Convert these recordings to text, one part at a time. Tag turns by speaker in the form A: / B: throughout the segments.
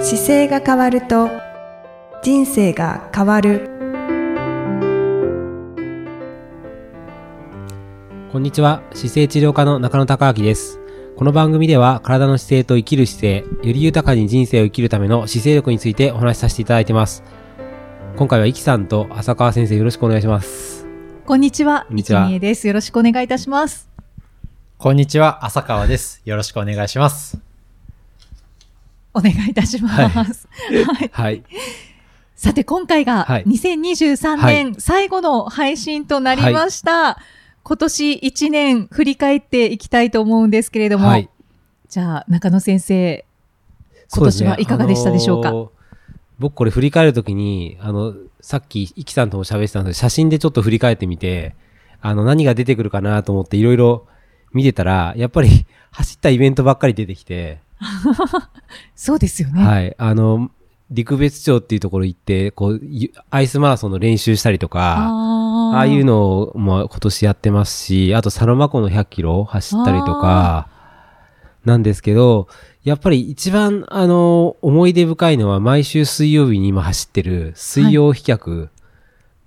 A: 姿勢が変わると人生が変わる
B: こんにちは姿勢治療科の中野孝明ですこの番組では体の姿勢と生きる姿勢より豊かに人生を生きるための姿勢力についてお話しさせていただいてます今回はイキさんと浅川先生よろしくお願いします
C: こんにちは。
B: こんにちは
C: 一二恵です。よろしくお願いいたします。
D: こんにちは、浅川です。よろしくお願いします。
C: お願いいたします。はい。
B: はい
C: さて、今回が
B: はい
C: 2023年最後の配信となりました。今年1年振り返っていきたいと思うんですけれども、
B: はい
C: じゃあ、中野先生、
B: そうですね
C: 今年はいかがでしたでしょうか
B: あのー僕これ振り返るときに、あの、さっき、イキさんとも喋ってたんですけど、写真でちょっと振り返ってみて、あの、何が出てくるかなと思っていろいろ見てたら、やっぱり走ったイベントばっかり出てきて、
C: そうですよね。
B: はい、あの、陸別町っていうところ行って、こう、ゆアイスマラソンの練習したりとか、
C: あー
B: ああいうのを、まあ、今年やってますし、あと、サロマ湖の100キロ走ったりとか、なんですけど、やっぱり一番、あの、思い出深いのは、毎週水曜日に今走ってる、水曜飛脚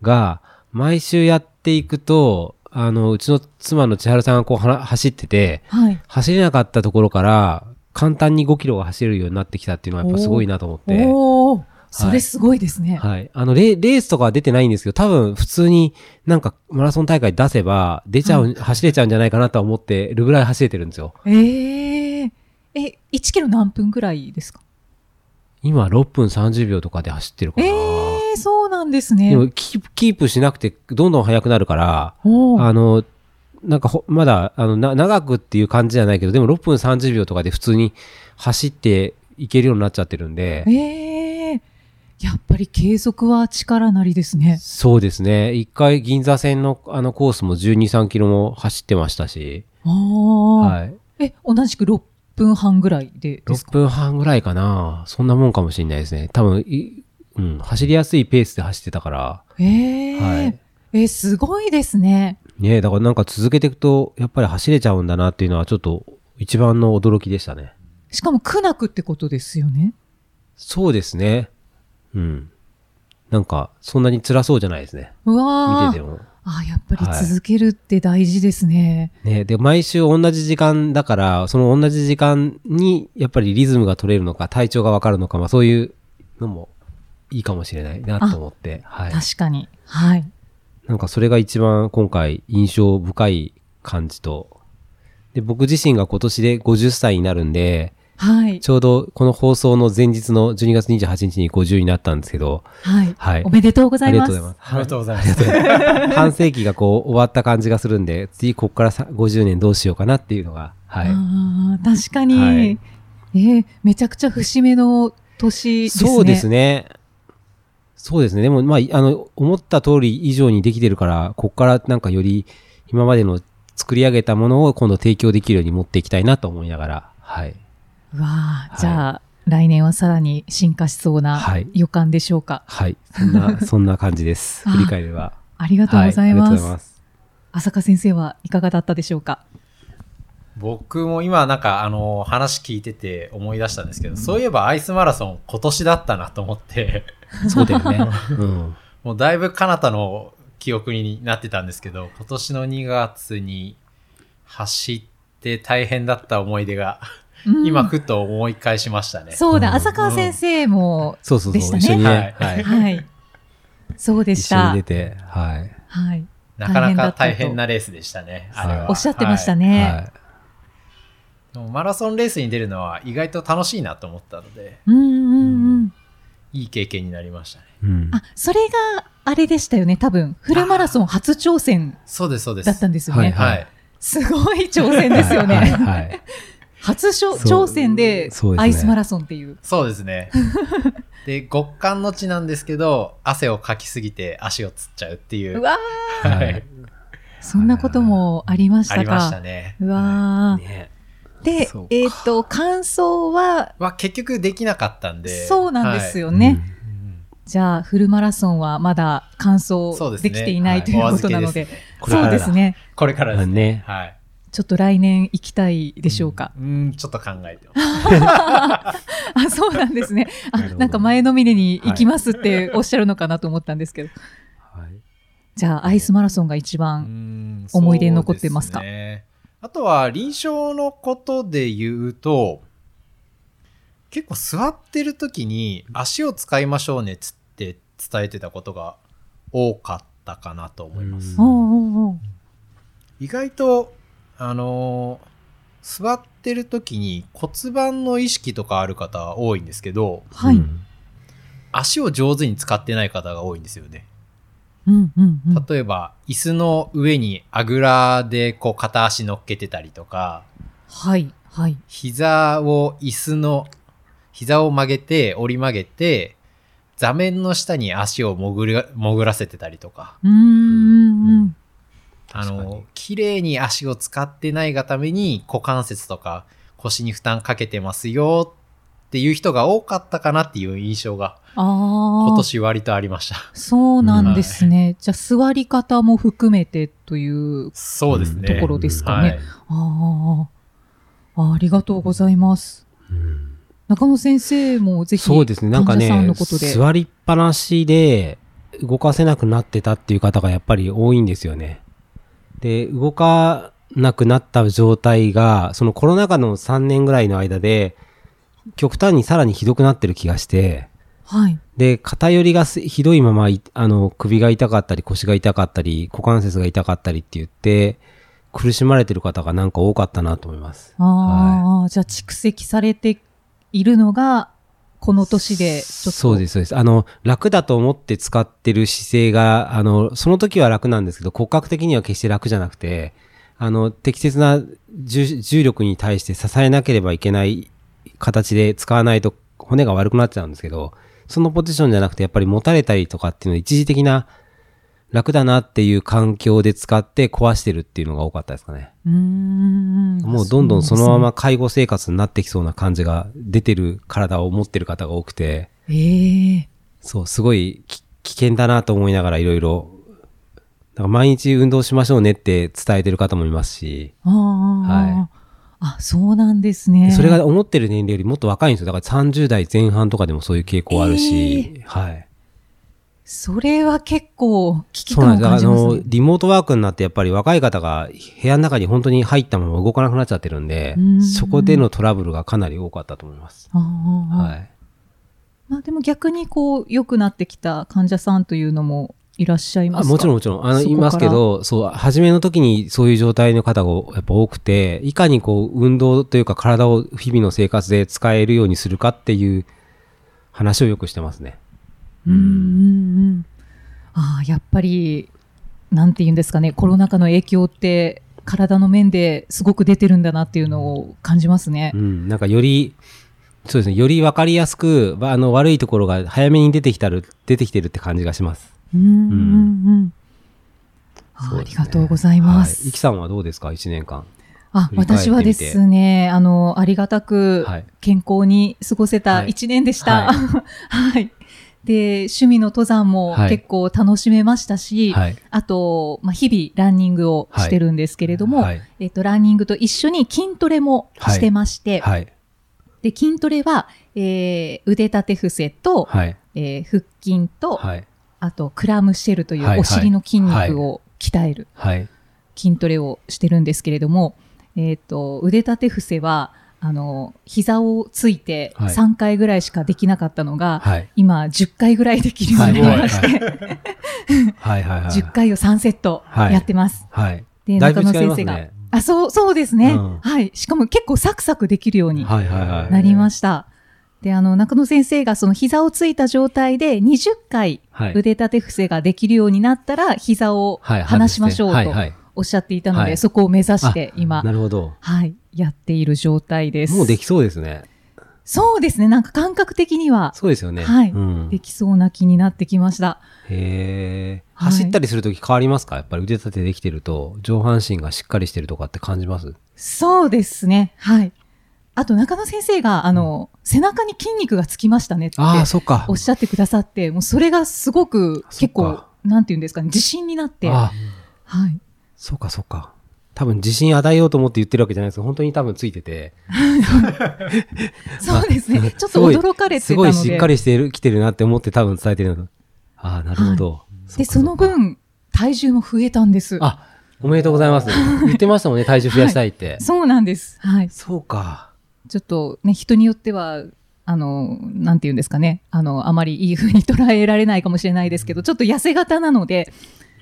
B: が、毎週やっていくと、あの、うちの妻の千春さんがこう、はな走ってて、
C: はい。
B: 走れなかったところから、簡単に5キロが走れるようになってきたっていうのはやっぱすごいなと思って。
C: おー、それすごいですね。
B: はい。あのレ、レースとかは出てないんですけど、多分普通になんかマラソン大会出せば、出ちゃう、走れちゃうんじゃないかなとは思ってるぐらい走れてるんですよ。
C: えー、え、1キロ何分ぐらいですか
B: 今6分30秒とかで走ってるか
C: え
B: な。
C: ー、そうなんですね。
B: でもキープ、キープしなくてどんどん速くなるから、
C: おー
B: あの、なんかほ、まだ、あの、な、長くっていう感じじゃないけど、でも6分30秒とかで普通に走っていけるようになっちゃってるんで、
C: ええやっぱり継続は力なりですね。
B: そうですね。一回銀座線のあのコースも12、3キロも走ってましたし、
C: ああ、
B: はい。
C: え、同じく6分半ぐらいでです
B: 6
C: か
B: 分半ぐらいかな。そんなもんかもしれないですね。多分、いうん、走りやすいペースで走ってたから。
C: ええ
B: はい
C: えすごいですね。
B: ねえだからなんか続けていくと、やっぱり走れちゃうんだなっていうのはちょっと一番の驚きでしたね。
C: しかも苦なくってことですよね。
B: そうですね。うん。なんか、そんなに辛そうじゃないですね。
C: うわ
B: 見
C: あ
B: てても。
C: あーやっぱり続けるって大事ですね。
B: ね、で、毎週同じ時間だから、その同じ時間に、やっぱりリズムが取れるのか、体調がわかるのか、まあそういうのもいいかもしれないなと思って、はい。
C: 確かに。はい。
B: なんかそれが一番今回印象深い感じと、で、僕自身が今年で50歳になるんで、
C: はい。
B: ちょうどこの放送の前日の12月28日に50になったんですけど、
C: はい。
B: はい
C: おめでとうござ
B: あ
C: い
B: りが
C: ま
B: とうご
C: す。
B: ざいます。
D: ありがとうございます。
B: 半世紀がこう終わった感じがするんで、次こっからさ50年どうしようかなっていうのが、はい。
C: あー確かに。
B: はい
C: えーめちゃくちゃ節目の年ですね。
B: そうですね。そうですね。でも、まあ、いあの、思った通り以上にできてるから、こっからなんかより今までの作り上げたものを今度提供できるように持っていきたいなと思いながら、はい。
C: うわ
B: は
C: あ、
B: い
C: じゃあ、来年はさらに進化しそうな
B: はい
C: 予感でしょうか。
B: はい。そん な、そんな感じです。
C: あ
B: 振り返れば。
C: ありがとうござい
B: はありがと
C: ま
B: うご
C: す。
B: ざいます。
C: 浅香先生はいかがだったでしょうか。
D: 僕も今なんかあの、話聞いてて思い出したんですけど、そういえばアイスマラソン今年だったなと思って、
B: そうだよね。 うん。
D: もうだいぶ彼方の記憶になってたんですけど、今年の2月に走って大変だった思い出が、
C: うん
D: 今ふと思い返しましたね。
C: そう
B: う
C: だ、
B: ん
C: 浅川先生も、
B: そうそうそう。
C: でしたね
B: 一緒にね。
D: はい
B: はい。
C: はい。そうでし
B: 一緒に
C: た
B: 出。て、はい。
C: はい。
D: なかなか大変なレースでしたね、あれは。
B: はい
C: おっしゃってました
D: ね。
C: ね。
B: はい
D: でもマラソンレースに出るのは意外と楽しいなと思ったので、
C: うんうんうん。
D: いい経験になりましたね。
B: うん。
C: あ、それがあれでしたよね。多分、フルマラソン初挑戦
D: そうです、そうです。
C: だったんですよ
B: は
C: ね。
B: い
D: はい。
C: すごい挑戦ですよ
B: はい
C: ね。
B: はいはい。
C: 初しょ
B: そう
C: 挑戦で
B: そうですね
C: アイスマラソンっていう。
D: そうで すね。で、極寒の地なんですけど、汗をかきすぎて足をつっちゃうっていう。
C: うわ
D: は
B: はいい。
C: ーそんなこともありました
D: あ
C: か。
D: りましたね。
C: うわー
B: ね
C: で
B: そう、か
C: えっ、と、感想は、
D: は結局できなかったんで。
C: そうなんです
D: よ。
C: よね。
D: うん
C: じゃあ、フルマラソンはまだ完
D: そう
C: 走
D: です
C: で
D: ね
C: きていない、
D: は
C: ということなの
D: お預け
C: で、
D: すね
B: これか
C: そう
B: らだ
C: ですね。
D: これから
B: う
D: です
B: ん。
D: ね。
B: ね。
D: はい。
C: ちょっと来年行きたいでしょうか。
D: うん、うんちょっと考えてます。
C: あ、そうなんですね。あ、
B: なるほど
C: なんか前のめりに行きますっておっしゃるのかなと思ったんですけど。
B: はい
C: じゃあ、アイスマラソンが一
D: う
C: 番。
D: ん
C: 思い出に残ってますか
D: そうですねあとは臨床のことで言うと、結構座ってる時に足を使いましょうねっつって伝えてたことが多かったかなと思います。
B: うん
C: おうおうおう
D: 意外と、あのー座ってる時に骨盤の意識とかある方多いんですけど、
C: はい。う
B: うんん
D: 足を上手に使ってない方が多いんですよね。
C: うんうん。
D: 例えば、椅子の上にあぐらでこう片足乗っけてたりとか、
C: はい。はい。
D: 膝を椅子の、膝を曲げて、折り曲げて、座面の下に足を潜り潜らせてたりとか、
C: うーんうんうん。
D: あ
B: 確か
D: の
B: に、
D: 綺麗に足を使ってないがために股関節とか腰に負担かけてますよっていう人が多かったかなっていう印象が
C: あ
D: 今
C: あ。
D: 年割とありました。
C: そうなんですね。じゃあ、座り方も含めてという。
D: そうですね。
C: ところですか
D: は
C: ね
D: い。
C: あああ。ありがとうございます。
B: うん
C: 中野先生もぜひ、
B: そうですね。なんか
C: 患者さん
B: ね、
C: のことで
B: 座りっぱなしで動かせなくなってたっていう方がやっぱり多いんですよね。で、動かなくなった状態が、そのコロナ禍の3年ぐらいの間で、極端にさらにひどくなってる気がして、
C: はい。
B: で、偏りがすひどいままい、あの、首が痛かったり、腰が痛かったり、股関節が痛かったりって言って、苦しまれてる方がなんか多かったなと思います。
C: ああ、じゃあ蓄積されているのが、この年で、ちょっと。
B: そうです、そうです。あの、楽だと思って使ってる姿勢が、あの、その時は楽なんですけど、骨格的には決して楽じゃなくて、あの、適切な重重力に対して支えなければいけない形で使わないと骨が悪くなっちゃうんですけど、そのポジションじゃなくて、やっぱり持たれたりとかっていうのは一時的な楽だなっていう環境で使って壊してるっていうのが多かったですかね。
C: うーん。
B: もうどんどんそのま
C: そう
B: ま介護生活になってきそうな感じが出てる体を持ってる方が多くて、
C: ですね。ええ
B: そう、すごいき危険だなと思いながらいろいろ、だから毎日運動しましょうねって伝えてる方もいますし、
C: ああ、
B: はい
C: あ、そうなんですね。
B: それが思ってる年齢よりもっと若いんですよ。だから30代前半とかでもそういう傾向あるし、はい。
C: それは結構危機
B: そうな
C: 感
B: ん
C: を
B: です。
C: 感
B: あ
C: じます、
B: の
C: ね、。
B: リモートワークになってやっぱり若い方が部屋の中に本当に入ったまま動かなくなっちゃってるんで
C: うん、
B: そこでのトラブルがかなり多かったと思います。
C: ああ
B: はい。
C: まあでも逆にこう良くなってきた患者さんというのもいらっしゃいま
B: あ
C: すか
B: もちろんもちろん。あの、
C: そこから
B: いますけど、そう、初めの時にそういう状態の方がやっぱ多くて、いかにこう、運動というか体を日々の生活で使えるようにするかっていう話をよくしてますね。
C: うんうんうん。ああ、やっぱり、なんて言うんですかね、コロナ禍の影響って、体の面ですごく出てるんだなっていうのを感じますね
B: う。ん。なんかより、そうですね、よりわかりやすく、あの、悪いところが早めに出てきたる、出てきてるって感じがします。
C: うんうんうん。あ
B: そう
C: ああ
B: で
C: り
B: すね
C: がとうございま
B: はい。い
C: す。
B: きさんはどうですか ?1 年間。
C: あ、
B: 振り返ってみて
C: 私はですね、あの、ありがたく
B: はい
C: 健康に過ごせた
B: はい
C: 一年でした。
B: は
C: はい。で、趣味の登山も
B: はい
C: 結構楽しめましたし、
B: はい。
C: あと、まあ、日々ランニングをしてるんですけれども、
B: はい。
C: えっと、ランニングと一緒に筋トレもしてまして、
B: はい。
C: で、筋トレは、えー腕立て伏せと、
B: はい。
C: えー腹筋と、
B: はい。
C: あと、クラムシェルとい
B: はいは
C: う
B: い
C: お尻の筋肉を鍛える
B: はい。
C: 筋トレをしてるんですけれども、えっと、腕立て伏せは、あの、膝をついて
B: はい
C: 3回ぐらいしかできなかったのが、
B: はい。
C: 今10回ぐらいできるようになりまして、
B: はい。はい。 はい。
C: 10回を3セットやってます。
B: はい。
C: で、
B: だいぶ
C: 中野
B: 違い
C: 先
B: ます
C: 生が、
B: ね。
C: あ、そう、そうですね、
B: うん
C: はい。しかも結構サクサクできるように
B: はいはいはい。
C: なりました。で、あの、中野先生がその膝をついた状態で20回
B: はい
C: 腕立て伏せができるようになったら、膝を
B: はい
C: 離しましょう
B: はい
C: と
B: はい。
C: おっしゃっていたので、
B: はい
C: そこを目指して今、
B: なるほど。
C: はい、やっている状態です。
B: もうできそうですね。
C: そうですね、なんか感覚的には
B: そうですよね。
C: はい
B: うん
C: できそうな気になってきました。
B: へえ。
C: はい
B: 走ったりするとき変わりますかやっぱり腕立てできてると、上半身がしっかりしてるとかって感じます
C: そうですね、はい。あと、中野先生が、あの、背中に筋肉がつきましたねって
B: ああ、そっか
C: おっ。しゃってくださって、もうそれがすごく
B: そっか
C: 結構、なんていうんですかね、自信になって、は
B: ああ
C: い。
B: そっかそっか。多分自信与えようと思って言ってるわけじゃないですけど、本当に多分ついてて、
C: そうですね。ちょっ
B: す
C: と
B: ごい
C: 驚かれてた
B: す
C: の
B: ご
C: で。
B: いしっかりしてる、来てるなって思って多分伝えてるの。ああ、なるほど。っ
C: で、
B: か
C: その
B: っか。
C: 分、体重も増えたんです。
B: あ、おめでとうございます。言ってましたもんね、体重増やしたいって。
C: そうなんです。はい。
B: そうか。
C: ちょっとね、人によっては、あの、なんて言うんですかね。あの、あまりいい風に捉えられないかもしれないですけど、ちょっと痩せ型なので、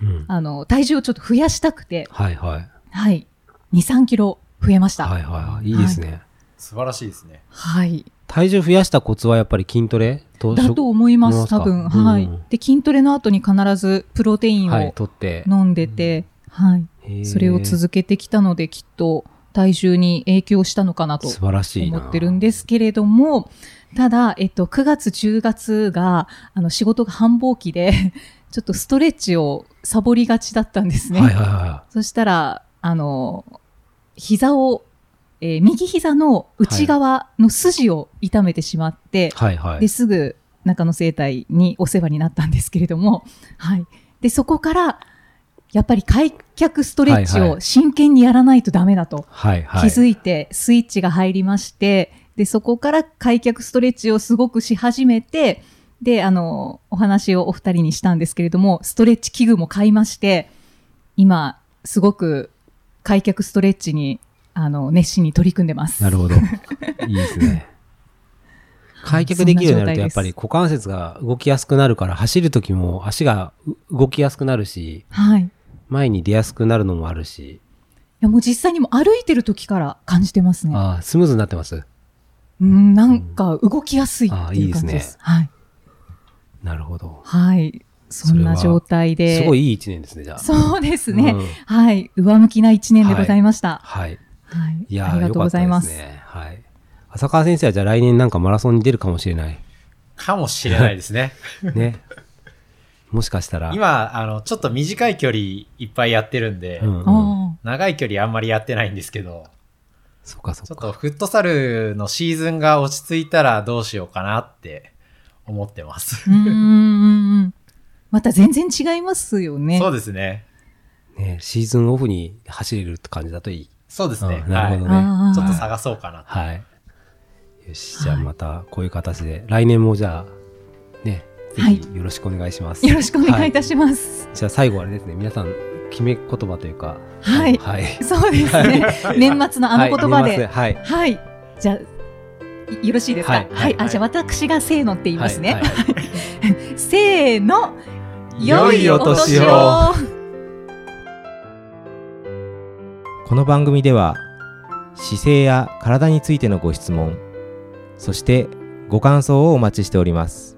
B: うん。
C: あの、体重をちょっと増やしたくて、
B: はいはい。
C: はい。2、3キロ増えました。
B: はいはいはい。いいですね。
D: 素晴らしいですね。
C: はい
B: 体重増やしたコツはやっぱり筋トレと
C: だと思いま
B: 思います
C: す、
B: か
C: 多
B: う
C: 分。
B: ん
C: はい。で、筋トレの後に必ずプロテイン
B: はい、
C: を
B: 取って。
C: 飲んでて、はい。それを続けてきたので、きっと体重に影響したのかなと
B: 素晴らしい
C: 思
B: な。
C: ってるんですけれども、ただ、えっと、9月、10月が、あの、仕事が繁忙期で、 ちょっとストレッチをサボりがちだったんですね。
B: はいはいは
C: そしたら、あの、膝を、えー右膝の内側の筋を痛めてしまって、
B: い。はいはい。
C: ですぐ中野生態にお世話になったんですけれども、はい、でそこからやっぱり開脚ストレッチ
B: はいは
C: を真剣にやらないとダメだと
B: はい
C: 気
B: はい。
C: づいてスイッチが入りまして、でそこから開脚ストレッチをすごくし始めてであのお話をお二人にしたんですけれどもストレッチ器具も買いまして今すごく開脚ストレッチにあの熱心に取り組んでます。
B: なるほ ど。いいですね。開脚できるようになると、やっぱり股関節が動きやすくなるから、走る時も足がう動きやすくなるし、
C: はい
B: 前に出やすくなるのもあるし、
C: いやもう実際にもう歩いてる時から感じてますね。
B: ああ、スムーズになってます。
C: うん、なんか動きやすい
B: あ
C: っ
B: ー
C: て
B: い
C: い
B: いうです
C: 感
B: ね
C: じです。はい。
B: なるほど。
C: はい。そんな状態で。
B: すごいいい一年ですね、じゃあ。
C: そうです
B: う
C: ね。
B: ん
C: はい。上向きな一年でございました。
B: はい。
C: はい。
B: いや
C: あり
B: ー、よ
C: がとう
B: か
C: ご
B: っ
C: ざ
B: た
C: いま。
B: ですすね。はい。浅川先生はじゃあ来年なんかマラソンに出るかもしれない。
D: かもしれないですね。
B: ね。 もしかしたら。
D: 今、あの、ちょっと短い距離いっぱいやってるんで、
B: うんうん、
C: あ
D: 長い距離あんまりやってないんですけど、
B: そっかそ
D: ちょ
B: っ
D: っ
B: か。
D: とフットサルのシーズンが落ち着いたらどうしようかなって思ってます。
C: ーうんうんうん。また全然違いますよね。
D: そうですね。
B: ね、シーズンオフに走れるって感じだといい。
D: そうですね。
B: うんなるほどね。
C: はいあー
D: はい。ちょっと探そうかな。
B: はい。よし、じゃあまたこういう形で、来年もじゃあ、ね、ぜ
C: はい
B: ひよろしくお願いします。
C: よろしくお願いいた
B: し
C: します。
B: ます。じゃあ最後あれですね、皆さん、決め言葉というか、
C: はい
B: はい。
C: そうですね。年末のあの言葉で。
B: はい。はい
C: はい。じゃあ、いよろしいですか。
B: は
C: はいい。
B: はい
D: は
C: あ、
D: い
C: じゃあ私がせーのって言いますね。
B: はいはい
C: せーの。
B: 良いお年を
E: この番組では姿勢や体についてのご質問そしてご感想をお待ちしております